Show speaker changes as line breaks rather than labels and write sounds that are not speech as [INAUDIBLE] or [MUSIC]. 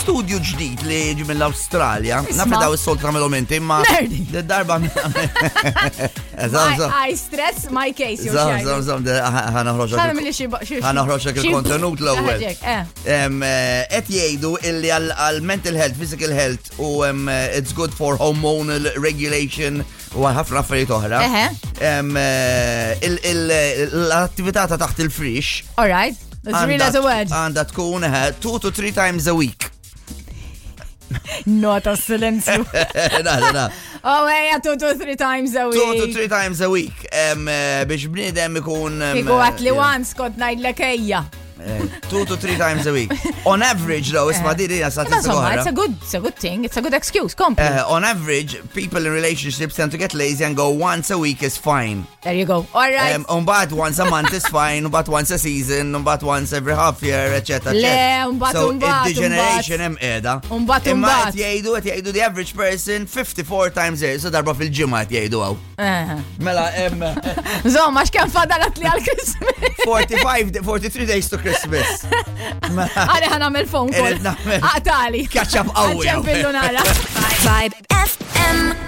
studju ġdid li ġi mill-Australja.
Isma'.
Nafi daw is-solt tagħmelhom inti imma.
Nerdi.
Darba. Zam zam.
I, I stress my case, you're
Zam zam
shy.
zam. Ħanaħroġ
Għana mill-li xie xie.
ħanaħroġek il-kontenut l-ewwel.
Għana
Em, eh, qed jgħidu illi għal għal mental health, physical health u em, eh, it's good for hormonal regulation u għal ħafna affarijiet oħra.
Eħe.
Em, eh, il- il- L-attività ta' taħt il-frix
All right, let's read as a word.
għanda tkun eh, two to three times a week. [LAUGHS]
Nota silenzju.
Na, na, na.
Oh, eja, two to three times a
Two to
week.
three times a week. Em, eh, Biex bniedem ikun. em,
Kiku għat li
eh,
once kont najd l kejja.
eh, Two to three times a week. On average, though, isma'
Eh.
di di
Meta
statistika
somma,
oħra.
it's a good, it's a good thing, it's a good excuse, kompli.
Uh, on average, people in relationships tend to get lazy and go once a week is fine.
There you go. All right.
Um, um, but once a month is fine, um, but once a season, um, but once every half year, etc.
Le, um,
etc.
un bat,
so
un bat,
it
un
degeneration
bat.
hemm qiegħda.
Un bat, un
Imma
bat.
qed jgħidu qed jgħidu the average person 54 times a year, so darba fil-ġimgħa qed jgħidu hawn.
Eh.
Mela eh, hemm
Zomma, x'kemm fadalat li
[LAUGHS]
għal-Christmas?
45 d- 43 days to Christmas.
Għalli ħan għamil phone
Irid
call.
nagħmel.
Għatali.
Oh, Catch up qawwi, [LAUGHS]
Għadċem
għawek.
billu nara.
Vibe FM.